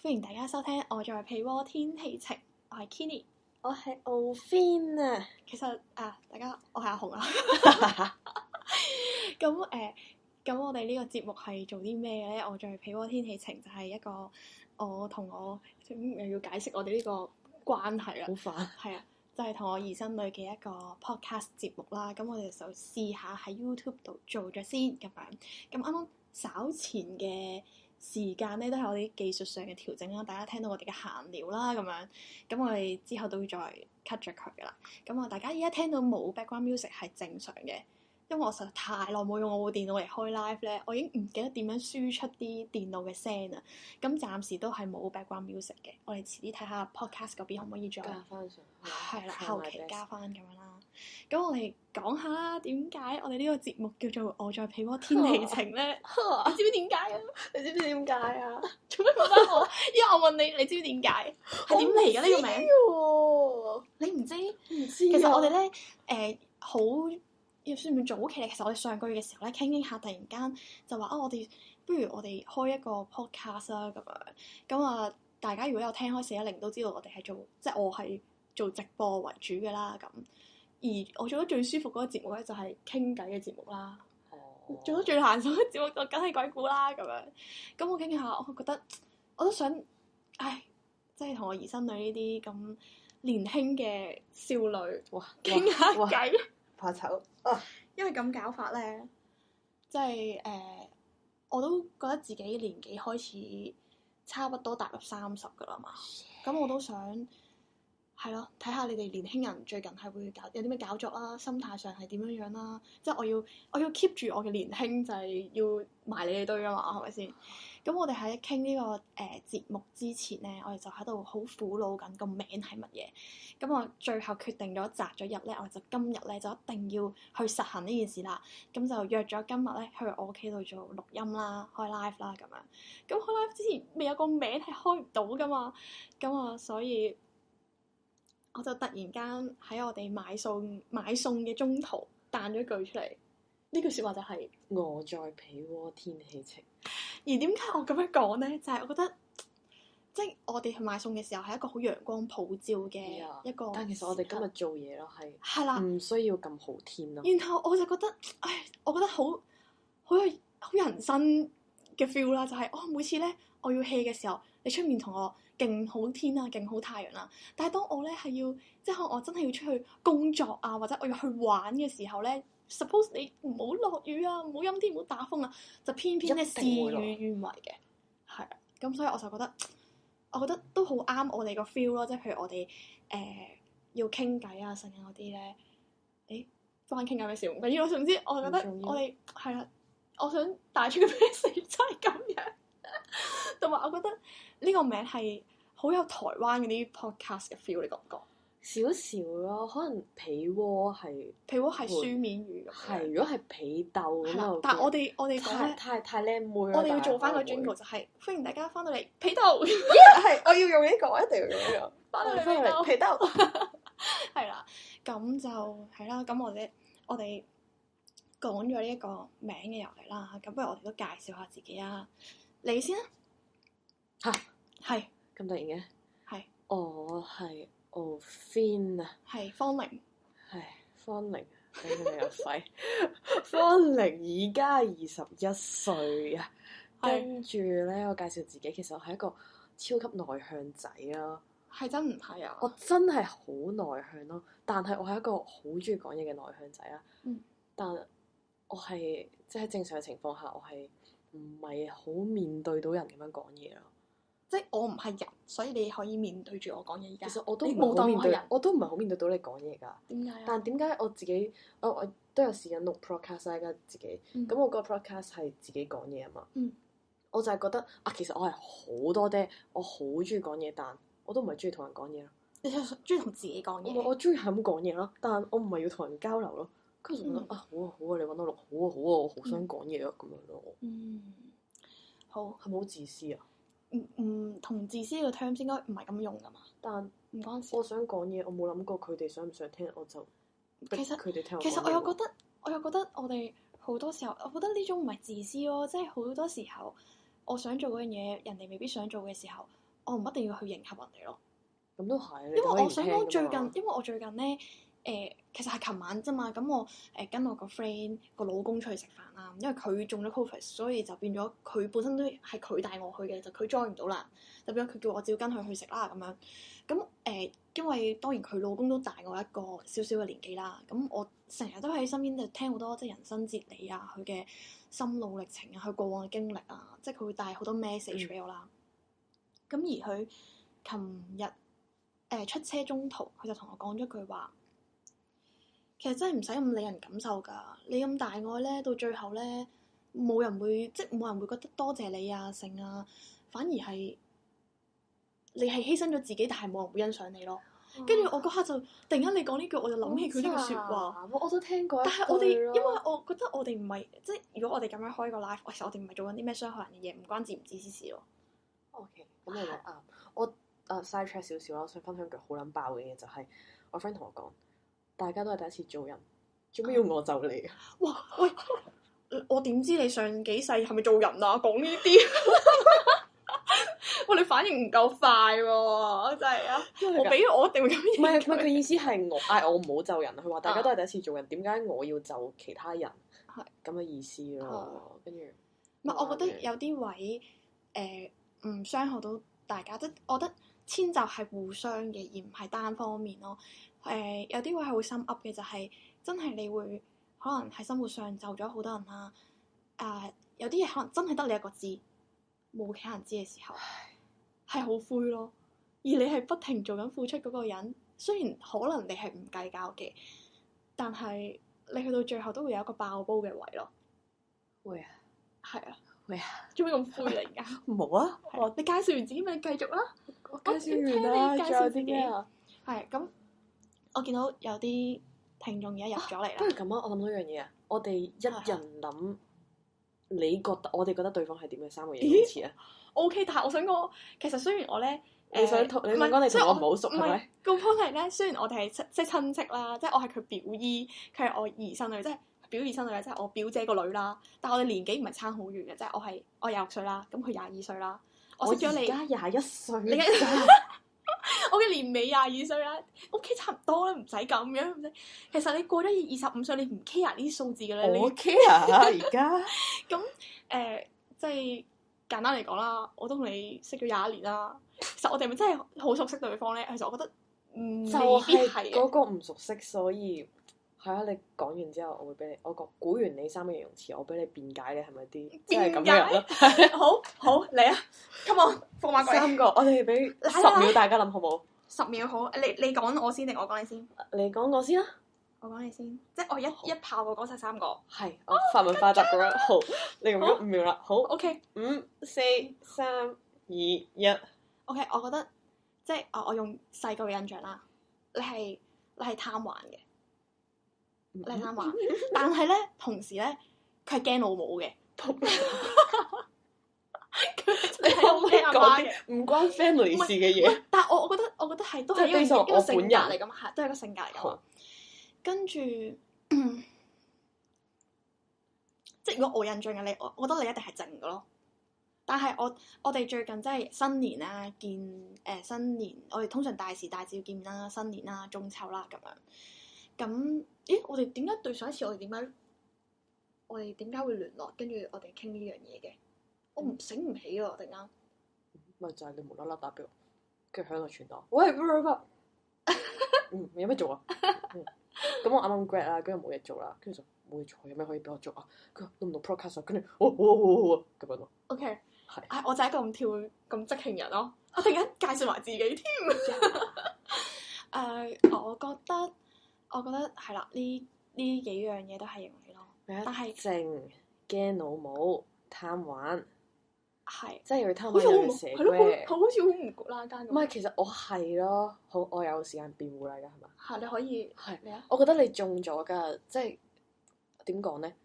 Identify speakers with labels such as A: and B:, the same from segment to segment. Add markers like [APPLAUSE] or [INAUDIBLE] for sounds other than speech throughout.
A: 歡迎大家收聽《我在被窩天氣晴》，我係 Kenny。
B: 我係 Ovin 啊，
A: 其實啊，大家我係阿紅啊。 [LAUGHS] 咁誒，咁、我哋呢個節目係做啲咩嘅咧？我在被窩天氣晴就係一個我同我咁又要解釋我哋呢個關係啦
B: 好。煩。
A: 係啊，就係、同我姨甥女嘅一個 podcast 節目啦。咁我哋就試下喺 YouTube 度做咗先咁樣。咁啱啱稍前嘅時間咧，都係我哋技術上嘅調整啦。大家聽到我哋嘅閒聊啦，咁樣。咁我哋之後都會再 cut 咗佢噶啦。咁啊，大家而家聽到冇 background music 係正常嘅。因為我實在太耐冇用我部電腦嚟開 live 咧，我已經唔記得點樣輸出啲電腦嘅聲啦。咁暫時都係冇 background music 嘅，我哋遲啲睇下 podcast 嗰邊可唔可以再
B: 加翻上去，
A: 係啦，
B: try my
A: 後期
B: best
A: 加翻咁樣啦。咁我哋講下啦，點解我哋呢個節目叫做《我在被窩天 [LAUGHS] 氣晴》咧？你知唔知點解啊？
B: 你知唔知點解啊？
A: 做咩問翻我？因為我問你，你知唔知點解？係點嚟嘅呢個名？
B: 個
A: 你唔知？
B: 名？唔知。
A: 其
B: 啊
A: 實我哋咧，誒好要算唔算早期咧？其實我哋上個月嘅時候咧，傾傾下，突然間就話啊，我哋不如我哋開一個 podcast 啦，咁樣咁啊，大家如果有聽開四一零都知道我哋係做，即係我係做直播為主嘅啦，咁。而我做得最舒服嗰個節目咧，就係傾偈嘅節目啦。
B: 哦
A: 做得最難受嘅節目就梗係鬼故啦咁樣。咁我傾傾下，我覺得我都想，唉，即係同我姨甥女呢啲咁年輕嘅少女
B: 哇
A: 傾下
B: 哇哇
A: 偈，
B: 怕醜。
A: 因為咁搞法咧，即係誒、呃我都覺得自己年紀開始差不多踏入三十噶啦嘛。咁我都想係咯，睇下你哋年輕人最近係會搞有啲咩搞作啦，心態上係點樣樣啦。即係我要我要 keep 住我嘅年輕，就係、要埋你哋堆啊嘛，係咪先？咁我哋喺傾呢個誒、呃、節目之前咧，我哋就喺度好苦惱緊個名係乜嘢。咁我最後決定咗擇咗日咧，我就今日咧就一定要去實行呢件事啦。咁就約咗今日咧去我屋企度做錄音啦，開 live 啦咁樣。咁開 live 之前未有個名係開唔到噶嘛，咁啊所以我就突然間喺我哋買餸買餸嘅中途彈咗句出嚟，呢句説話就係、
B: 我在被窩天氣晴，
A: 而點解我咁樣講呢？就係、我覺得，即係我哋去買餸嘅時候係一個好陽光普照嘅
B: Yeah，
A: 一個時刻。
B: 啊但其實我哋今日嗯做嘢咯，係
A: 係啦，
B: 唔需要咁好天咯。
A: 然後我就覺得，唉，我覺得好好有好人生嘅 feel 啦，就係、哦，每次咧我要 hea 嘅時候，你出面同我勁好天啊，勁好太陽啦、但係當我咧係要，即係可能我真係要出去工作啊，或者我要去玩嘅時候咧，suppose 你唔好落雨啊，唔好陰天，唔好打風啊，就偏偏咧
B: 一
A: 事
B: 定會落
A: 與願違嘅，係啊，咁所以我就覺得，我覺得都好啱我哋個 feel 咯，即係譬如我哋誒、呃要傾偈啊，剩啊嗰啲咧，誒關傾偈咩事唔緊要，總之我覺得
B: 唔重要
A: 我哋係啦，我想帶出嘅 message 就係咁樣， [LAUGHS] 同埋我覺得呢個名係。好有台灣嗰啲 podcast 嘅 feel，你覺唔覺？
B: 少少咯，可能被窩係
A: 譬如係
B: 會
A: 書面語咁樣，
B: 係，如果係被竇咁
A: 啦
B: 就。
A: 但係我哋我哋講
B: 太
A: 咧，
B: 太太靚妹啦
A: 我哋要
B: 但係
A: 做翻個
B: 我會
A: jingle 就係歡迎大家翻到嚟被竇，
B: [LAUGHS] 係我要用呢個，我一定要用呢個。
A: [LAUGHS] 翻到嚟
B: 翻嚟
A: 被竇，
B: 皮兜。
A: 係啦。咁就係啦。咁我哋我哋講咗呢一個名嘅由嚟啦。咁不如我哋都介紹下自己啊。你先啦，
B: 嚇
A: 係
B: 咁突然嘅，
A: 係
B: 我係 Ovin 啊，
A: 係方玲，
B: 唉，方玲，啊你咪有肺。 [LAUGHS] 方玲而家二十一歲啊，
A: 係
B: 跟住咧，我介紹自己，其實我係一個超級內向仔啊，
A: 係真唔係啊？
B: 我真係好內向咯，但係我係一個好中意講嘢嘅內向仔啊。
A: 嗯
B: 但我係即係正常嘅情況下，我係唔係好面對到人咁樣講嘢咯。
A: 即係我唔係人，所以你可以面對住我講嘢。而家
B: 其實我都
A: 你
B: 唔
A: 冇
B: 係好
A: 當
B: 面
A: 我係
B: 對
A: 人，，
B: 我都唔係好面對到你講嘢㗎。
A: 點解啊？
B: 但點解我自己，我我都有時間錄 podcast 啦而家自己，
A: 嗯
B: 咁我個 podcast 係自己講嘢啊嘛。
A: 嗯
B: 我就係覺得啊，其實我係好多爹，我好中意講嘢，但我都唔係中意同人講嘢咯。
A: 你係 [LAUGHS] 中意同自己講
B: 我
A: 嘢。
B: 我中意係咁講嘢咯，但我唔係要同人交流咯。跟住就覺得、
A: 嗯
B: 啊，好啊好啊，你揾我錄，好啊好啊，我好想講嘢啊咁樣咯。我
A: 嗯，好，
B: 係咪好自私啊？
A: 唔唔同自私呢個 term 應該唔係咁用噶嘛，
B: 但
A: 唔關事。
B: 我想講嘢，我冇諗過佢哋想唔想聽，我就逼
A: 其實
B: 佢哋聽
A: 其實我又覺
B: 得
A: 得，我又覺得我哋好多時候，我覺得呢種唔係自私咯，即係好多時候我想做嗰樣嘢，人哋未必想做嘅時候，我唔一定要去迎合人哋咯。
B: 咁都係。
A: 因
B: 因
A: 為我想講最近，因為我最近咧，誒、其實係琴晚啫嘛，咁我誒、跟我個 friend 個老公出去食飯啦，因為佢中咗 covid，所以就變咗佢本身都係佢帶我去嘅，就佢 join 唔到啦，就變咗佢叫我照跟佢去食啦咁樣。咁誒、因為當然佢老公都大我一個少少嘅年紀啦，咁我成日都喺身邊就聽好多即係人生哲理啊，佢嘅心路歷程啊，佢過往嘅經歷啊，即係佢會帶好多 message 俾我啦。咁、而佢琴日誒出車中途，佢就同我講咗句話，其實真係唔使咁理人感受㗎。你咁大愛咧，到最後咧，冇人會即係冇人會覺得多謝你啊，剩啊，反而係你係犧牲咗自己，但係冇人會欣賞你咯。
B: 哦嗯
A: 跟住我嗰刻就突然間你講呢句，我就諗起佢呢句説話。
B: 好慘，我都聽過一
A: 但係我哋，
B: 句
A: 因
B: 咯
A: 為我覺得我哋唔係即係，如果我哋咁樣開個 live，其實我哋唔係做緊啲咩傷害人嘅嘢，唔關自唔自私事咯。
B: OK，咁你講啱。我啊 side track 少少啦，我想分享句好撚爆嘅嘢，就係、我 friend 同我講，大家都係第一次做人，做
A: 嗯
B: 咩要我就你？
A: 哇！喂，嗯我點知你上幾世係咪做人啊？講呢
B: [LAUGHS]
A: 啲，哇！你反應唔夠快喎，真係啊！我 [LAUGHS]
B: 我
A: 俾我一定會咁
B: 唔係
A: 樣
B: 唔係佢意思係我嗌我唔好就人，佢話大家
A: 啊
B: 都係第一次做人，點解我要就其他人？
A: 係
B: 咁嘅意思咯
A: 哦。
B: 跟住
A: 唔
B: 哦
A: 係，我覺得有啲位誒唔、傷害到大家，即係我覺得遷就係互相嘅，而唔係單方面咯。誒、有啲位係會心噏嘅，就係、真係你會可能喺生活上就咗好多人啦。誒、有啲嘢可能真係得你一個知，冇其他人知嘅時候，係好灰咯。而你係不停做緊付出嗰個人，雖然可能你係唔計較嘅，但係你去到最後都會有一個爆煲嘅位咯。
B: 會啊，
A: 係啊，
B: 喂
A: 做咩咁灰 [LAUGHS] 嚟㗎？
B: 冇啊，
A: 我哦你介紹完自己咪你繼續啦。
B: 我
A: 我
B: 介紹完啦，
A: 哦聽你
B: 仲
A: 介
B: 有
A: 紹自
B: 啲
A: 己
B: 咩啊？
A: 係咁，我見到有啲聽眾而家入咗嚟
B: 不
A: [LAUGHS]
B: 如
A: 啦。
B: 咁啊，我諗到一樣嘢啊，我哋
A: 係
B: 一
A: 係
B: 人諗，你覺得我哋覺得對方係點嘅三個嘢
A: 啊咦
B: 開始啊？
A: O、k 但係我想講，其實雖然我咧，
B: 你想
A: 誒
B: 同
A: 唔係
B: 你想講你
A: 雖
B: 同
A: 然
B: 我唔好熟
A: 唔
B: 係咪
A: 係？個 point 係咧，雖然我哋係親即係親戚啦，即係我係佢表姨，佢係我姨甥女，即係表姨甥女，即係我表姐個女啦。但係我哋年紀唔係差好遠嘅，即係我係我廿六歲啦，咁佢廿二歲啦。我識咗
B: 而
A: 你，
B: 家廿一歲，
A: 你
B: 真係
A: 我嘅年尾廿二歲啦，O K 差唔多啦，唔使咁樣。唔使其實你過咗二十五歲，你唔 care 呢啲數字嘅咧，你
B: 我 care 啊而家。
A: 誒、即係簡單嚟講啦，我都同你識咗廿一年啦。其實我哋咪真係好熟悉對方咧。其實我覺得，嗯，
B: 就
A: 未必
B: 係
A: 係
B: 嗰
A: 嘅。
B: 個唔熟悉，所以係啊！你講完之後，我會俾你，我講估完你三個形容詞，我俾你辯解你係咪啲即係咁樣咯？
A: [LAUGHS] 好好嚟啊！Come on，放馬鬼。
B: 三個，我哋俾
A: 嚟
B: 十
A: 啦
B: 秒大家諗好冇？
A: 十秒好，你你講我先定我講你先？
B: 你講我先啦，
A: 我講你先，即係我一一炮過講晒三個。
B: 係我發問快答咁樣，好，你用咗
A: 好
B: 五秒啦，好，
A: O K
B: 五、四、三、二、一，
A: O K，我覺得即係我我用細個嘅印象啦，你係你係貪玩嘅，
B: 你
A: 你係貪玩，但係咧同時咧佢係驚老母嘅，佢係好
B: 可唔可以
A: 驚阿媽
B: 講
A: 嘅。
B: 啲唔關 family 事嘅 [LAUGHS] 嘢？
A: 但係我我覺得我覺得係都
B: 即係
A: 係一個
B: based
A: 一
B: on
A: 個
B: 我
A: 性格
B: 本人
A: 嚟噶嘛，係都係一個性格嚟噶嘛
B: 好。
A: 跟住， [CLEARS THROAT] 即係如果我印象嘅你，我我覺得你一定係靜嘅咯。但係我我哋最近真係新年啦、見誒、呃新年，我哋通常大時大節要見面啦、新年啦、中秋啦咁樣。咁，咦？我哋點解對上一次我哋點解我哋點解會聯絡？跟住我哋傾呢樣嘢嘅，我唔醒唔起啊！突然間。
B: 咪就係你無啦啦打俾我，跟住喺度傳檔，喂喂喂喂，嗯，有咩做
A: [LAUGHS]
B: 啊？嗯咁我啱啱 grad 啦，跟住冇嘢做啦，跟住就冇嘢做，有咩可以俾我做啊？佢話錄唔錄 podcast 啊？跟住哦哦哦哦咁樣咯，
A: O K，
B: 係
A: 唉，我就係一個咁跳咁即興人咯。 [LAUGHS] 我突然間介紹埋自己添。 [LAUGHS] 誒，我覺得我覺得係啦，呢呢幾樣嘢都係形容你咯。
B: 但
A: 但係
B: 靜驚老母貪玩，
A: 係，
B: 即係要貪
A: 好
B: 玩
A: 似好
B: 有
A: 唔
B: 蛇
A: 係咯，好
B: 嘅。
A: 好似好唔骨啦間咁。
B: 唔係，其實我係咯，好，我有時間辯護啦，而家係咪？
A: 係你可以
B: 係，
A: 你啊，
B: 我覺得你中咗㗎，即係點講咧？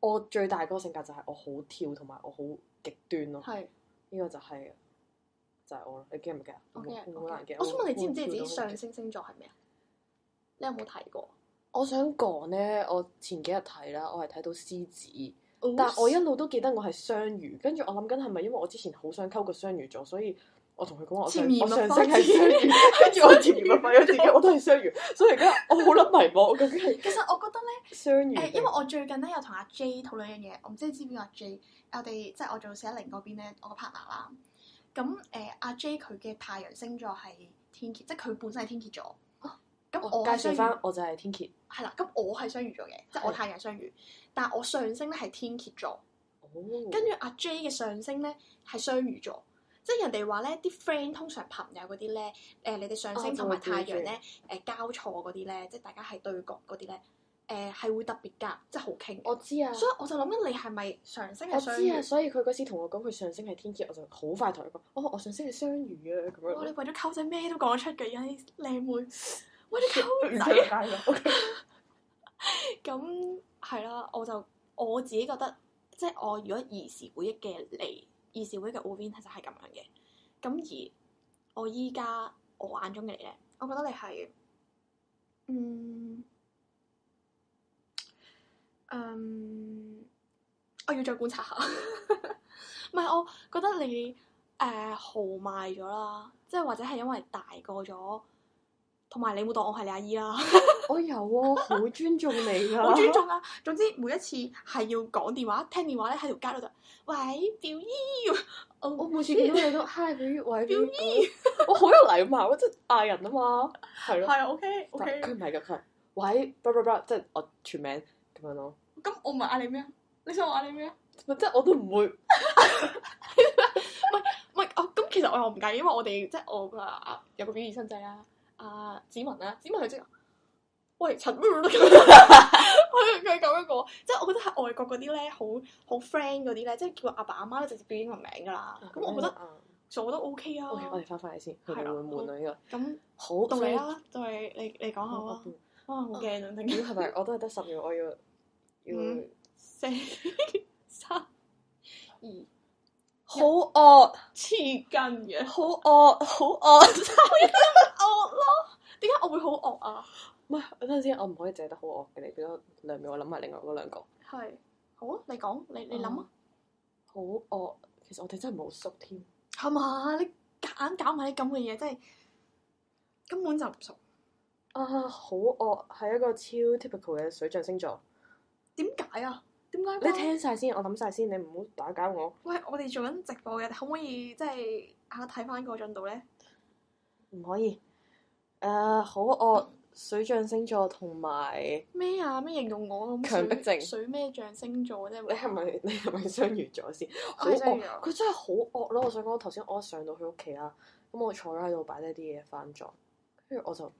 B: 我最大嗰個性格就係我好跳同埋我好極端咯。
A: 係。
B: 呢個就係就係我咯，你驚唔驚啊？
A: 我
B: 我
A: 驚，
B: 好
A: 我
B: 難
A: 驚
B: 驚。。
A: 我想問你知唔知
B: 會
A: 你自己
B: 跳到
A: 上
B: 好驚？
A: 升星座係咩啊？你有冇睇過？
B: 我想講咧，我前幾日睇啦，我係睇到獅子，但我一路都記得我係雙魚，跟住我諗緊係咪因為我之前好想溝個雙魚座，所以我同佢講話我上
A: 潛移
B: 我
A: 默
B: 上
A: 化
B: 身係雙魚，跟住我潛移默化咗自己我都係雙魚，所以而家我好撚迷茫，我究竟係
A: 其實我覺得咧，
B: 雙魚
A: 誒、
B: 定
A: 因為我最近咧有同阿 J 討論一樣嘢，我唔知你知唔知阿 J，我哋即係我做四一零嗰邊咧，我個 partner 啦。咁誒，阿 J 佢嘅太陽星座係天蠍，即係佢本身係天蠍座。咁
B: 哦我
A: 我係
B: 介
A: 雙魚
B: 紹翻，我就係天蠍。
A: 係啦，咁我係雙魚座嘅，即係我
B: 係
A: 太陽雙魚，但我上升咧係天蠍座。
B: 哦，
A: 跟住阿 J 嘅上升咧係雙魚座，即係人哋話咧啲 friend 通常朋友嗰啲咧，誒、你哋上
B: 哦
A: 升同埋
B: 我知
A: 太陽
B: 知
A: 咧，誒、交錯嗰啲咧，即係大家係對角嗰啲咧，誒、係會特別夾，即係好傾嘅。
B: 我知啊，
A: 所以我就諗緊你係咪上升
B: 我
A: 係
B: 知
A: 雙
B: 啊，
A: 魚？
B: 所以佢嗰時同我講佢上升係天蠍，我就好快同佢講，哦，我上升係雙魚啊，咁
A: 哦哇！你
B: 樣。
A: 為咗溝仔咩都講得出嘅，而家啲靚妹為咗溝
B: 啊
A: 仔。啊 [LAUGHS] 咁係啦，我就我自己覺得，即係我如果兒時回憶嘅你，兒時回憶嘅我 Vin 就係咁樣嘅。咁而我依家我眼中嘅你咧，我覺得你係嗯嗯，我要再觀察下。唔係，我覺得你誒、呃、豪邁咗啦，即係或者係因為大個咗，同埋你冇當我係你阿姨啦。
B: 我有啊，好尊重你啊，
A: 好尊。重啊！總之每一次係要講電話、聽電話咧，喺條街度就喂表姨，哦我
B: 我
A: 我
B: 每次見到你都 hi 表姨，喂表姨，我好有禮貌，我真係嗌人啊嘛，係咯。
A: 係啊 OK
B: 但
A: OK，
B: 佢唔係㗎，佢係喂，blah blah blah，即係我全名咁樣咯。
A: 咁我唔係嗌你咩啊？你想我嗌你咩啊？
B: 即係我都唔會，
A: 唔係哦，咁其實我又唔介意，因為我哋即係我個啊有個表姨親仔啦，阿子文啦，子文佢即係喂陳咁
B: [LAUGHS]
A: 樣，佢佢咁樣講，即係我覺得喺外國嗰啲咧，好好 friend 嗰啲咧，即係叫阿爸阿媽咧直接叫英文名㗎啦。咁我覺得
B: 啊
A: 做都 OK 啊。
B: ，OK，我哋翻返嚟先，佢哋
A: 係啦
B: 會悶啊呢個。
A: 咁
B: 好，
A: 到
B: 所
A: 你
B: 以啊
A: 啦，啊到你你你講下啦。
B: 我
A: 哇，好驚啊！突然
B: 屌
A: 間
B: 係咪？我都係得十秒，我要要
A: 嗯四 [LAUGHS] 三二
B: 好惡，
A: 黐筋嘅，
B: 好惡，好
A: 惡
B: 惡。
A: 咯。點解我會好惡啊？
B: 唔係，等陣先，我唔可以淨係得好惡嘅。你俾多兩秒，我諗埋另外嗰兩個。
A: 係好啊，你講，你你諗啊，
B: 好惡，其實我哋真係冇熟添。
A: 係嘛？你夾硬搞埋啲咁嘅嘢，真係根本就唔熟。
B: 啊，好惡係一個超 typical 嘅水象星座。
A: 點解啊？點解
B: 你
A: 㗎？
B: 聽晒先，我諗晒先，你唔好打攪我。
A: 喂，我哋做緊直播嘅，可唔可以即係啊睇翻個進度咧？
B: 唔可以。誒，好惡水象星座同埋。
A: 咩啊？咩形容我咁
B: 強迫
A: 水
B: 症
A: 水咩象星座啫？
B: 你係咪 [LAUGHS] 你係咪相遇咗先？好
A: 我係雙魚
B: 惡，
A: 座
B: 佢真係好惡咯！我想講，我頭先我一上到佢屋企啦，咁我坐咗喺度擺低啲嘢翻咗，跟住我就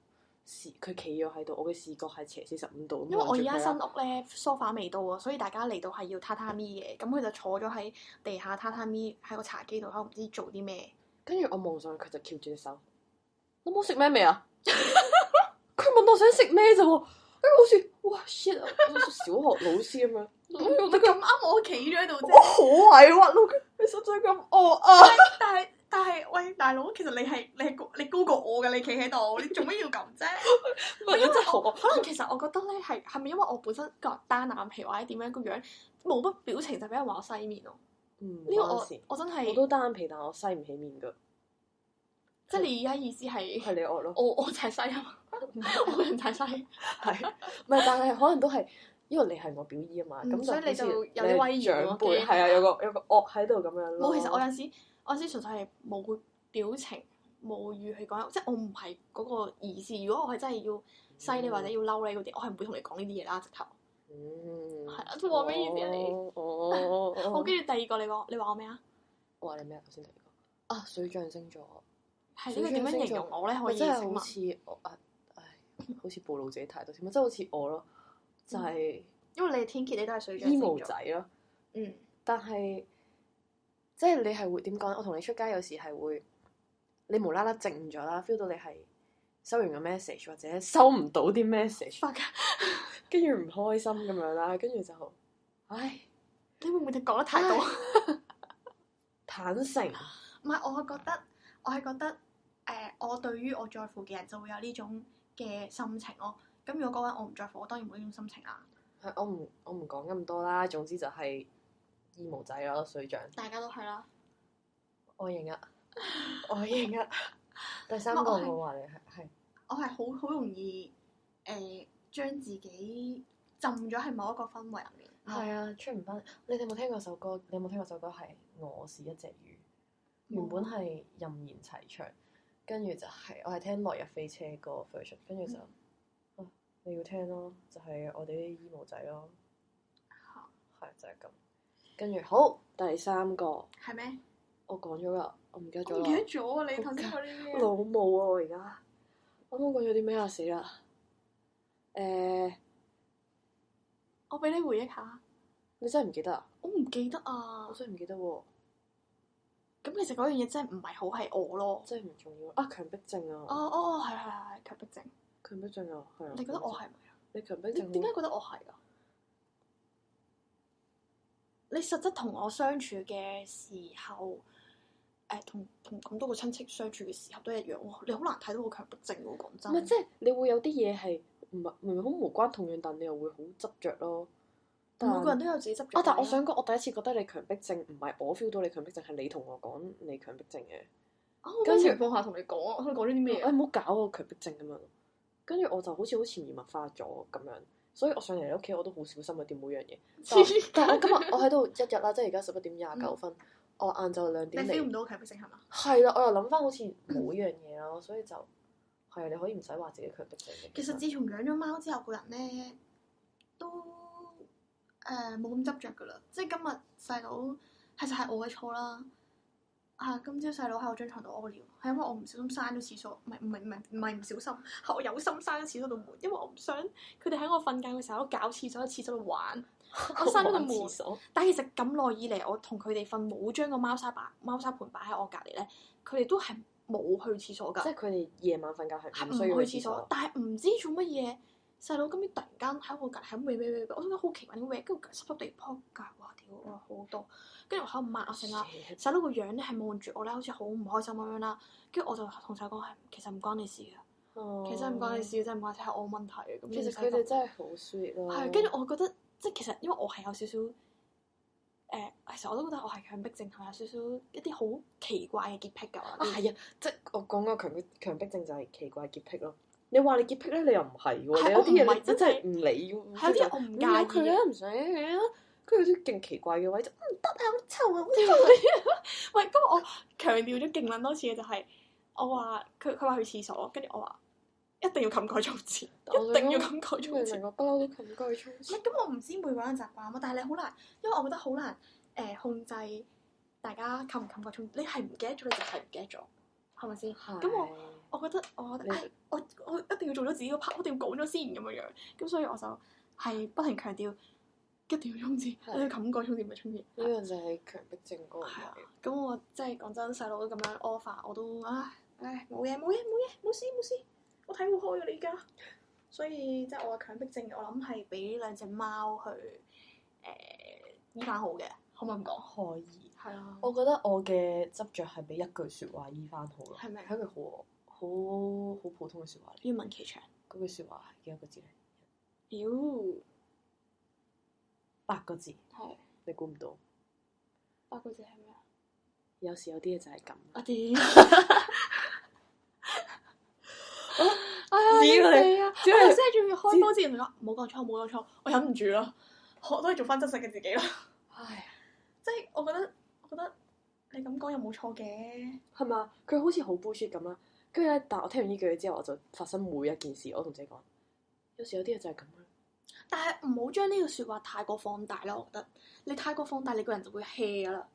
B: 視佢企咗喺度，我嘅視覺係斜四十五度咁
A: 因為我
B: 望
A: 而
B: 住
A: 家
B: 佢啊
A: 新
B: 啦。
A: 屋咧梳化未到啊，所以大家嚟到係要榻榻米嘅，咁佢就坐咗喺地下榻榻米喺個茶幾度，喺度唔知做啲 [LAUGHS] 咩。
B: 跟住我望上去，佢就翹住隻手，你冇食咩未啊？ [LAUGHS] 佢問我想食咩啫喎，跟住好似哇 shit 啊，好似小學老師咁樣，
A: 你
B: 我
A: 咁啱我企咗喺度
B: 我
A: 啫，
B: 好委屈咯，你使唔使咁惡啊？ [LAUGHS]
A: 但係但係喂大佬，其實你係你係高你高過我嘅，你企喺度，你做乜要咁啫？
B: 因為真係好惡。
A: 可能其實我覺得咧係係咪因為我本身個單眼皮或者點樣個樣冇乜表情就俾人話我西面咯？
B: 呢
A: 呢個我我真
B: 我
A: 係
B: 都單眼皮，但我西唔起面㗎。
A: 即係你而家意思係
B: 係你惡咯，
A: 我 [LAUGHS] 我就係西啊嘛，我個人就係西。
B: 係唔係？但係可能都係因為你係我表姨啊嘛，
A: 嗯
B: 咁
A: 所以你
B: 好似
A: 就有
B: 你
A: 啲威
B: 係
A: 嚴
B: 長
A: 咯
B: 輩
A: 驚
B: 係啊，有個有個惡喺度咁樣咯。
A: 冇，其實我有陣時，我有陣時純粹係冇表情、冇語氣講，即係我唔係嗰個意思。如果我係真係要犀利或者要嬲你嗰啲，我係唔會同你講呢啲嘢啦，直頭。 [LAUGHS]
B: 嗯
A: 係啊都話咩意思啊你
B: 哦哦哦
A: [LAUGHS] 我跟住第二個你講，你話我咩啊？
B: 我話你咩啊頭先第二個啊，水象星座，
A: 係呢個點樣形容我咧？可
B: 我
A: 以
B: 真
A: 請
B: 係好
A: 問
B: 似我啊，唉，好似暴露自己態度添，真係好似我咯，就係
A: 因為你係天蠍，你都係嗯水象
B: emo
A: 星
B: 仔
A: 座。
B: 咯。
A: 嗯，
B: 但係即係你係會點講呢？我同你出街有時係會，你無啦啦靜咗啦，feel 到你係收完個 message 或者收唔到啲 message，
A: fuck，
B: [LAUGHS] 跟住唔開心咁樣啦，跟住就唉
A: 你會唔會講得太多？
B: 坦誠，
A: [LAUGHS] 唔係，我係覺得，我係覺得，誒、我對於我在乎嘅人就會有呢種嘅心情咯。咁如果嗰個人我唔在乎，我當然冇呢種心情啦。
B: 係我唔我唔講咁多啦。總之就係 emo 仔咯，水象
A: 大家都係啦。
B: 我認啊，我認啊。第三個我話你係係
A: 我係好好容易誒將自己浸咗喺某一個氛圍入面。
B: 係啊，出唔翻。你哋有冇聽過首歌？你有冇聽過首歌係我是一隻魚？原本係任賢齊唱，跟住就係、我係聽落日飛車個 version，跟住就、啊你要聽咯，就係、我哋啲醫務仔咯，
A: 嚇
B: 係就係、咁。跟住好第三個，
A: 係咩？
B: 我講咗啦，我唔記得咗
A: 我唔記得
B: 啦，
A: 咗啊！你頭先嗰啲咩啊？
B: 老母啊我而家，我啱啱講咗啲咩啊死啦！誒、
A: 我俾你回憶下，
B: 你真係唔記得啊？
A: 我唔記得啊
B: 我。真係唔記得喎、
A: 咁其實嗰樣嘢真係唔係好係我咯。
B: 真係唔重要啊！強迫症啊，
A: 哦哦哦，係係係係強迫症。
B: 強迫症啊，係啊。
A: 你覺得我係咪啊？
B: 你強迫
A: 你
B: 症
A: 點解覺得我係啊？你實質同我相處嘅時候，誒同同咁多個親戚相處嘅時候都一樣喎。你好難睇到我強迫症喎，講真。
B: 唔係即係你會有啲嘢係唔係明明好無關痛癢，但你又會好執着咯。但
A: 每個人都有自己執著。
B: 啊，但我想講，我第一次覺得你強迫症唔係我 feel 到你強迫症，係你同我講你強迫症嘅。
A: 啊，我
B: 跟
A: 咩情
B: 住
A: 況下同你講啊？我同你講咗啲咩
B: 誒
A: 啊？
B: 唔好搞我強迫症咁樣。跟住我就好似好潛移默化咗咁樣，所以我上嚟你屋企我都好小心啊嘅掂每樣嘢。
A: [LAUGHS]
B: 但
A: 黐線
B: [LAUGHS] 但我今日我喺度一日啦，即係而家十一點廿九分，我晏晝兩
A: 你
B: 點
A: feel
B: 嚟
A: 唔。到我強迫症係嘛？
B: 係啦，我又諗翻好似冇呢樣嘢咯，所以就係啊，你可以唔使話自己強迫症嘅。
A: 其實自從養咗貓之後，個人咧都誒冇咁執着噶啦。即係今日細佬其實係我嘅錯啦。啊！今朝細佬喺我張床度屙尿，係因為我唔小心閂咗廁所，唔係唔係唔係唔係唔小心， [LAUGHS] 係我有心閂咗廁所度門，因為我唔想佢哋喺我瞓覺嘅時候搞廁所喺廁所度 [LAUGHS] 玩。我閂咗個
B: 玩
A: 門
B: 廁所。
A: 但係其實咁耐以嚟，我同佢哋瞓冇將個貓砂擺貓砂盤擺喺我隔離咧，佢哋都係冇去廁所㗎
B: 即。係佢哋夜晚瞓覺係
A: 係
B: 唔需要
A: 唔
B: 去
A: 去
B: 廁
A: 廁所
B: 所，。
A: 但係唔知做乜嘢，細佬今日突然間喺我隔離喺度喂喂喂喂，我覺得好奇怪啲喂，跟住濕濕地撲街，哇屌我好多，跟住我喺度抹啊成啦，
B: Shit
A: 細佬個樣咧係望住我咧，好似好唔開心咁樣啦，跟住我就同細佬講係其實唔關你事嘅，其實唔關你。事，真係唔關你事係我問題嘅，咁
B: 哦其實
A: 實
B: 佢哋真係好 sweet 咯。
A: 係跟住我覺得即係其實因為我係有少少。誒、其實我都覺得我係強迫症，同埋有少少一啲好奇怪嘅潔癖㗎。
B: 啊，係啊，即係我講個強迫強迫症就係奇怪潔癖咯。你話你潔癖咧，你又唔係喎。
A: 係
B: 你
A: 我
B: 有啲
A: 唔
B: 嘢
A: 係
B: 你
A: 真
B: 真
A: 係
B: 係唔理喎，
A: 係有啲
B: 即
A: 我唔介
B: 係就唔理佢
A: 意嘅
B: 啊，唔想嘅。跟住有啲勁奇怪嘅位就唔得啊，好臭啊，好臭啊
A: 喂，咁我強調咗勁撚多次嘅就係、我話佢佢話去廁所，跟住我話一定要冚蓋沖廁，一定要冚蓋沖
B: 明
A: 廁。
B: 明我不嬲都咁該沖
A: 唔係咁，我唔知每個人嘅習慣啊嘛，但係你好難，因為我覺得好難誒、控制大家冚唔冚蓋沖，你係唔記得咗你就係唔記得咗，係咪先？咁我
B: 我
A: 我覺得我覺
B: 你
A: 得唉我我一定要做咗自己個 part，我一定要講咗先咁樣樣，咁所以我就係不停強調一定要沖廁，
B: 係
A: 一定要冚蓋沖廁唔係沖廁。
B: 呢樣就係強迫症嗰個
A: 係啊
B: 位。，
A: 咁我即係講真，細佬咁樣 offer 我都唉唉冇嘢冇嘢冇嘢冇事冇事，我睇好開嘅你而家。所以即係我嘅強迫症，我諗係俾兩隻貓去誒、醫翻好嘅，可唔可以咁講？
B: 可以。
A: 係啊，
B: 我覺得我嘅執着係俾一句説話醫翻好咯，
A: 係咪
B: 係一句好好好普通嘅説話嚟。
A: 願聞其詳。
B: 嗰句説話係幾多個字咧？
A: 妖，
B: 八個字，
A: 係
B: 你估唔到。
A: 八個字係咩啊？
B: 有時有啲嘢就 [LAUGHS] 係咁。
A: 我啊屌！哎呀，死
B: 呀
A: 啊！
B: 只
A: 我頭
B: 係
A: 先喺仲要開波之前同佢冇講錯，冇講錯，我忍唔住啦，我都係做翻真實嘅自己啦。
B: 唉，
A: 即係我覺得，我覺得你咁講又冇錯嘅。
B: 係嘛？佢好似好 bullshit 咁啦。跟住咧，但我聽完呢句之後，我就發生每一件事，我同自己講，有時有啲嘢就係咁啦。
A: 但係唔好將呢個説話太過放大啦，我覺得你太過放大，你個人就會 hea 啦。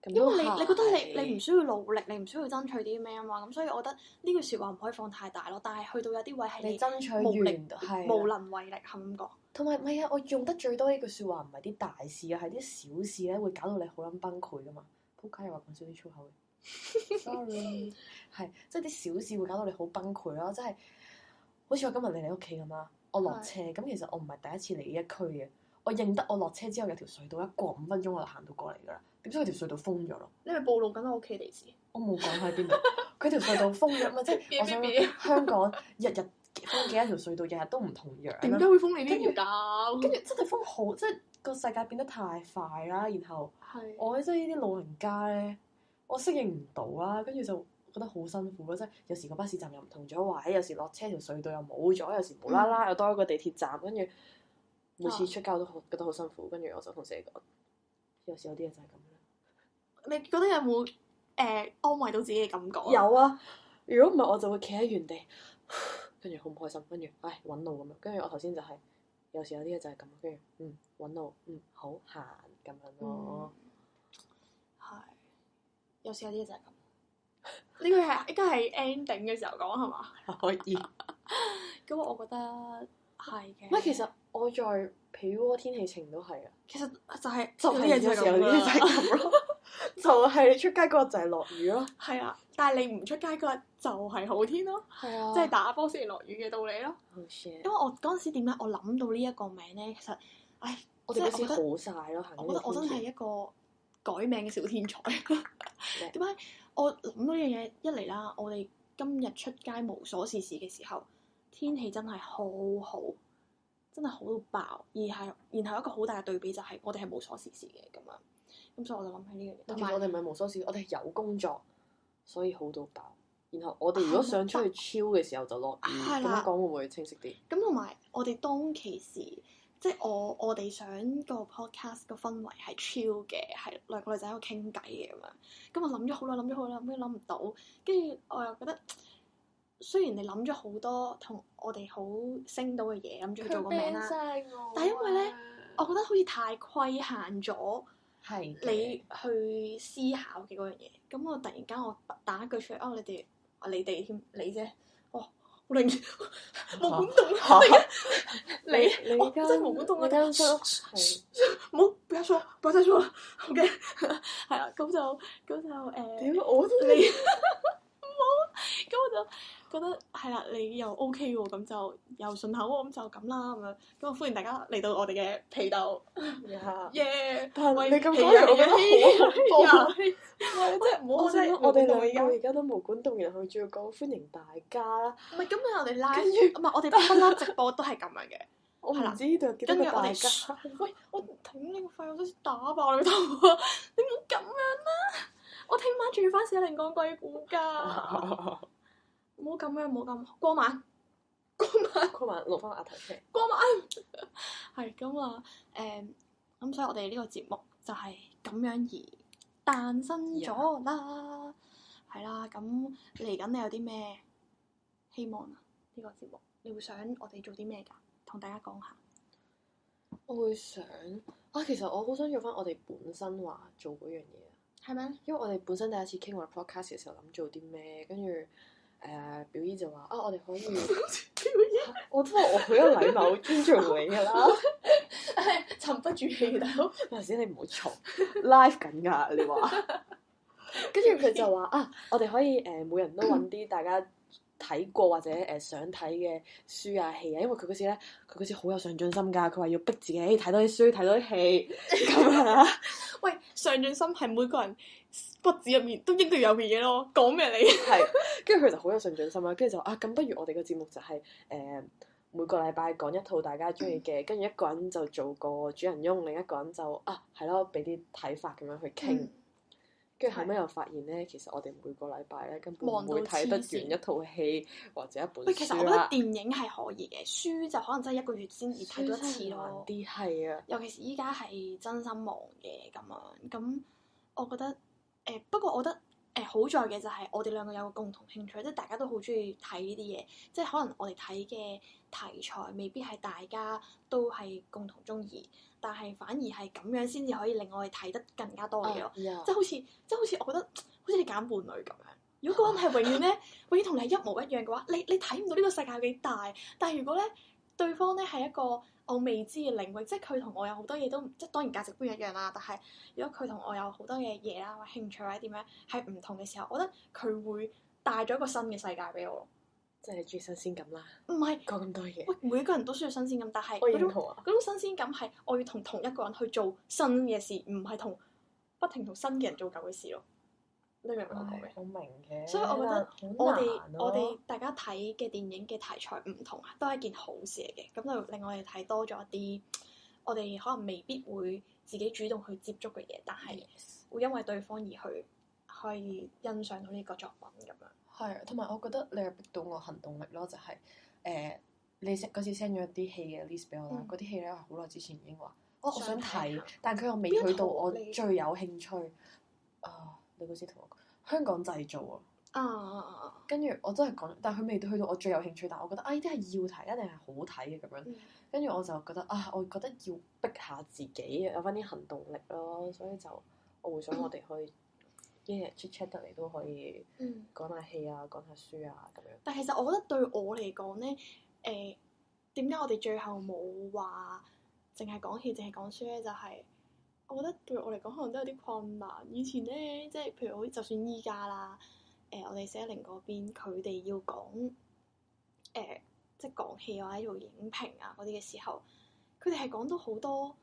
B: 咁
A: 因
B: 都
A: 為你你覺得
B: 係
A: 你你唔需要努力，你唔需要爭取啲咩啊嘛，咁所以我覺得呢句説話唔可以放太大咯。但係去到有啲位係
B: 你
A: 你
B: 爭取
A: 無力
B: 完係啊啦
A: 無能為力，係咪咁講？
B: 同埋唔係啊，我用得最多呢句説話唔係啲大事啊，係啲小事咧會搞到你好撚崩潰噶嘛。仆街又話講少啲粗口嘅，sorry，係 [LAUGHS] 即係啲小事會搞到你好崩潰咯，即係好似我今日嚟你屋企咁啦，我落車咁其實我唔係第一次嚟呢一區嘅，我認得我落車之後有條隧道，一過五分鐘我就行到過嚟噶啦，點知佢條隧道封咗咯，
A: 你咪暴露緊我屋企地址。
B: 我冇講喺邊度，佢條隧道封咗咪即係我想
A: 別別別
B: 香港日日封幾多條隧道，日日都唔同樣啦
A: 點解會封你呢
B: 跟住
A: 條㗎？
B: 跟住真係風好，即係個世界變得太快啦。然後
A: 係
B: 我即係呢啲老人家咧，我適應唔到啦，跟住就覺得好辛苦咯，即係有時個巴士站又唔同咗位，有時落車條隧道又冇咗，有時無啦啦又多一個地鐵站，跟住每次出街我都好覺得好辛苦，跟住我就同自己講，有時有啲嘢就係咁啦。
A: 你覺得有冇誒、呃安慰到自己嘅感覺啊？
B: 有啊，如果唔係我就會企喺原地，跟住好唔開心，跟住唉揾路咁樣，跟住我頭先就係、有時有啲嘢就係咁，跟住嗯揾路嗯好行咁樣咯，
A: 係，有時有啲嘢就係咁。呢個係應該係 ending 嘅時候講係嘛？
B: 可以。
A: 咁我覺得係嘅。
B: 唔係其實我在被窩天氣晴都係啊，
A: 其實就係
B: 就係有
A: 有啲嘢
B: 時
A: 就
B: 有
A: 係
B: 啲嘢
A: 咁
B: 就
A: 啦
B: 係咁咯，
A: [LAUGHS]
B: 就係你出街嗰日就係落雨咯，
A: 係啦，但係你唔出街嗰日就係好天咯，
B: 係啊
A: 即係打波先落雨嘅道理咯。
B: 好 shit
A: 哦因為我嗰陣時點解我諗到呢一個名咧，其實，唉，
B: 我
A: 即係
B: 哋
A: 我
B: 嗰
A: 覺
B: 時
A: 得
B: 好晒咯，行
A: 我覺得我真係一個改名嘅小天
B: [LAUGHS]
A: 才。
B: 叻
A: 點解我諗到呢樣嘢？一嚟啦，我哋今日出街無所事事嘅時候，天氣真係好好，真係好到爆。而係然後一個好大嘅對比就係我哋係無所事事嘅咁樣。咁所以我就諗起呢樣嘢，
B: 但
A: 同埋
B: 其實我哋唔係無所事事，我哋係有工作，所以好到爆。然
A: [LAUGHS]
B: 後我哋如果想出去 chill 嘅時候就落雨，
A: 係
B: 咁
A: 啦
B: 樣講會唔會清晰啲？
A: 咁同埋我哋當其時，即係我我哋想個 podcast 個氛圍係 chill 嘅，係兩個女仔喺度傾偈嘅咁樣。咁我諗咗好耐，諗咗好耐，諗都諗唔到。跟住我又覺得，雖然你諗咗好多同我哋好升到嘅嘢，諗住去做個名啦，但係因為哦咧，我覺得好似太規限咗
B: 係
A: 你去思考嘅嗰樣嘢。咁我突然間我打一句出嚟，哦，你哋，啊你哋添，你啫，哇，好令冇管動，突然間你
B: 你
A: 我真係
B: 間
A: 毛管動啊
B: 你間室係
A: 冇，不要說，不要再說啦，OK，係 [LAUGHS] 啦，咁就咁就誒，
B: [LAUGHS]
A: 呃
B: 屌我都
A: 你 [LAUGHS] 唔好，咁我就覺得係啦，你又 OK 喎，咁就又順口喎，咁就咁啦，咁樣，咁啊歡迎大家嚟到我哋嘅皮豆，耶！
B: 但係
A: 喂
B: 啊你咁講完，我覺得好恐怖。
A: 係 [LAUGHS] 啊即係唔好
B: 我
A: 我
B: 哋
A: 哋
B: 我
A: 而
B: 哋兩
A: 家
B: 個而家都無管動，然後仲要講歡迎大家啦。
A: 唔係咁啊樣，我哋
B: 跟
A: live
B: 住
A: 唔係我哋不嬲直播都係咁樣嘅，
B: 我
A: 係啦
B: 唔知呢度有幾多
A: 跟住
B: 個
A: 我
B: [LAUGHS] 大
A: 哋
B: 家。
A: 喂，我頂你個肺，我都打爆你個頭啊！你唔好咁樣啦，我聽晚仲要翻小玲講鬼故㗎。唔好咁樣，唔好咁光晚，
B: 佢話錄翻個額頭出嚟。
A: 光晚 [LAUGHS] 係咁啊！誒、咁所以我哋呢個節目就係咁樣而誕生咗啦，係啦。咁嚟緊你有啲咩希望啊？呢、個節目你會想我哋做啲咩㗎？同大家講下。
B: 我會想啊，其實我好想做翻我哋本身話做嗰樣嘢，
A: 係咪？
B: 因為我哋本身第一次傾我哋 podcast 嘅時候諗做啲咩，跟住誒表姨就話啊，我哋可以，我都話我好有禮貌，尊重你㗎啦。
A: [LAUGHS] 沉不住氣，大佬。
B: 有陣時你唔好嘈，live 緊㗎，你話。 [LAUGHS] 跟住佢就話啊，我哋可以誒、呃每人都揾啲大家睇過或者誒、呃想睇嘅書啊戲啊，因為佢嗰時咧，佢嗰時好有上進心㗎，佢話要逼自己睇多啲書睇多啲戲咁樣啊啦。
A: 喂，上進心係每個人骨子入面都應該有嘅嘢咯。講咩你？
B: 係，跟住佢就好有上進心啦。跟住就啊，咁不如我哋嘅節目就係、呃每個禮拜講一套大家中意嘅，跟住一個人就做個主人翁，另一個人就啊係咯，俾啲睇法咁樣去傾。跟住後尾又發現咧，其實我哋每個禮拜咧根本唔會睇得完一套戲或者一本
A: 喂，其實我
B: 書啊
A: 覺得
B: 啦。
A: 電影係可以嘅，書就可能真係一個月先至睇到一次
B: 難
A: 咯。
B: 啲係啊，
A: 尤其是依家係真心忙嘅咁樣，咁我覺得誒、不過我覺得誒、好在嘅就係我哋兩個有個共同興趣，即係大家都好中意睇呢啲嘢，即係可能我哋睇嘅題材未必係大家都係共同中意，但係反而係咁樣先至可以令我哋睇得更加
C: 哦
A: 多嘢咯。
C: 啊
B: 呀
A: 即係好似，即係好似，我覺得好似你揀伴侶咁樣。如果嗰個人係永遠咧，永遠同你係一模一樣嘅話，你你睇唔到呢個世界有幾大。但係如果咧，對方咧係一個我未知嘅領域，即係佢同我有好多嘢都唔即係當然價值觀一樣啦。但係如果佢同我有好多嘅嘢啊啦，或者興趣或者點樣係唔同嘅時候，我覺得佢會帶咗一個新嘅世界俾我咯。
B: 即係你中意新鮮感啦，
A: 唔係，
B: 講咁多嘢，
A: 喂，每個人都需要新鮮感，但係
B: 我
A: 嗰
B: 認
A: 種
B: 同啊。
A: 嗰種新鮮感係我要同同一個人去做新嘅事，唔係同不停同新嘅人做舊嘅事咯。你明唔明我講咩？
B: 我明嘅，
A: 所以我覺得
B: 覺
A: 我哋我哋大家睇嘅電影嘅題材唔同啊，都係一件好事嚟嘅。咁就令我哋睇多咗一啲我哋嗯可能未必會自己主動去接觸嘅嘢，但係會因為對方而去可以欣賞到呢個作品咁樣。
C: 係啊，同埋我覺得你係逼到我行動力咯，就係、誒、你 s 嗰次 send 咗啲戲嘅 list 俾我啦
A: 嗯，
C: 嗰啲、戲咧好耐之前已經話，哦我想
A: 想睇
C: 睇
A: 下，
C: 但佢又未
A: 邊一
C: 去
A: 套
C: 到我
A: 你
C: 最有興趣。啊，你嗰時同我講香港製造啊，
A: 啊啊啊啊！
C: 跟住我真係講，但佢未到去到我最有興趣，但我覺得
B: 哎
C: 啊呢啲係要睇，一定係好睇嘅咁樣。
A: 嗯
C: 跟住我就覺得啊，我覺得要
B: 逼下自己，有翻啲行動力咯。所以就我會想我哋去一日 chit chat 得嚟都可以
A: 嗯，
B: 講下戲啊，講下書啊咁樣。
A: 但其實我覺得對我嚟講咧，誒點解我哋最後冇話淨係講戲，淨係講書咧？就係、我覺得對我嚟講可能都有啲困難。以前咧，即係譬如好似就算依家啦，誒、我哋寫零嗰邊佢哋要講誒、即係講戲或者做影評啊嗰啲嘅時候，佢哋係講到好多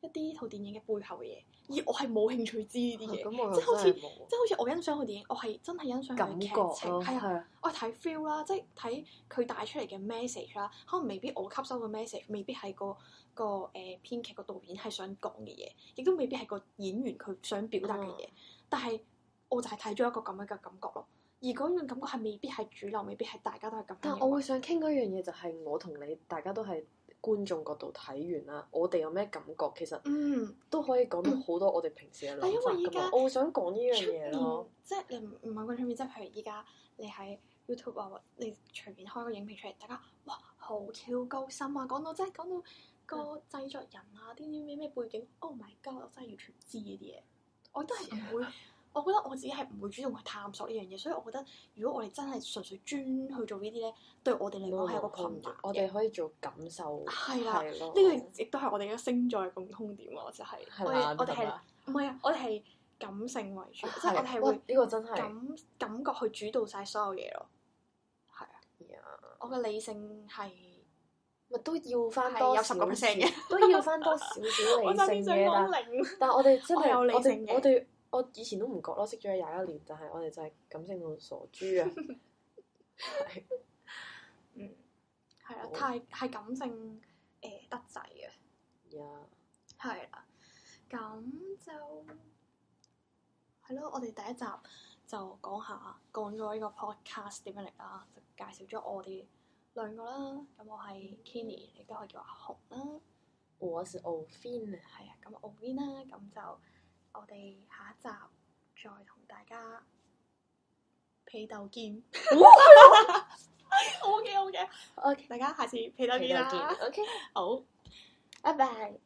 A: 一啲套電影嘅背後嘅嘢，而我係冇興趣知呢啲
C: 哦
A: 嘢。
B: 咁我
A: 即係好似
B: 真係冇
A: 即係好似我欣賞佢電影，我係真係欣賞佢
C: 感
A: 嘅
C: 覺
A: 劇情，
C: 咯，
A: 係啊，
C: 係啊，
A: 我係睇 feel 啦，即係睇佢帶出嚟嘅 message 啦，可能未必我吸收嘅 message，未必係個個誒、呃、編劇個導演係想講嘅嘢，亦都未必係個演員佢想表
B: 嗯
A: 達嘅嘢。但係我就係睇咗一個咁樣嘅感覺咯，而嗰種感覺係未必係主流，未必係大家都係咁樣認為。
B: 但我會想傾嗰樣嘢就係我同你大家都係觀眾角度睇完啦，我哋有咩感覺，其實
A: 嗯
B: 都可以講到好多我哋平時嘅諗
A: 但因為
B: 法
A: 依
B: 噶
A: 家
B: 嘛。我會想講呢樣
A: 出
B: 嘢
A: 面
B: 咯。
A: 即係你唔唔係講出面，即係譬如依家你喺 YouTube 啊，或你隨便開個影片出嚟，大家哇好 Q 高深啊，講到即係講到
B: 嗯
A: 個製作人啊，啲啲咩咩背景，Oh my god！我真係完全唔知呢啲嘢，我都係唔會。
B: 嗯
A: 我覺得我自己係唔會主動去探索呢樣嘢，所以我覺得如果我哋真係純粹專去做呢啲咧，對我哋嚟講係有個困難嘅。
B: 我哋可以做感受，
A: 係啦
B: 係咯
A: 呢個亦都係我哋嘅星座嘅共通點咯，就係
B: 係
A: 我哋
B: 懶
A: 我哋
B: 係
A: 係
B: 嘛？
A: 唔係啊？我哋係感性為主，即係我哋係
B: 啊哇
A: 會
B: 呢個真係
A: 感感覺去主導晒所有嘢咯。係啊，
B: 嗯
A: 我嘅理性係
B: 咪都要翻
A: 係
B: 多
A: 有十個 percent 嘅，
B: [LAUGHS] 都要翻多少少理
A: 我真係
B: 性
A: 想
B: 嘅，但
A: 講零。
B: 但我哋真係
A: 我有理
B: 我
A: 性嘅
B: 哋我哋我以前都唔覺咯，識咗廿一年，但係我哋就係感性到傻 [LAUGHS] 豬啊！係
A: 嗯，係啊，
B: 好
A: 太係感性誒得滯嘅，
B: 呀，
A: 係啦。咁就係咯，我哋第一集就講下講咗呢個 podcast 點樣嚟啦，就介紹咗我哋兩個啦。咁我
B: 嗯
A: 係 Kenny，你都可以叫我阿紅啦。
B: 我是 o f i n
A: 係啊，咁 O V 啦，咁就我哋下一集再同大家被鬥 [LAUGHS] 見。好嘅好嘅，
B: OK，
A: 大家下次被鬥見
B: 見
A: 啦。
B: ，OK，
A: 好。
B: 拜拜。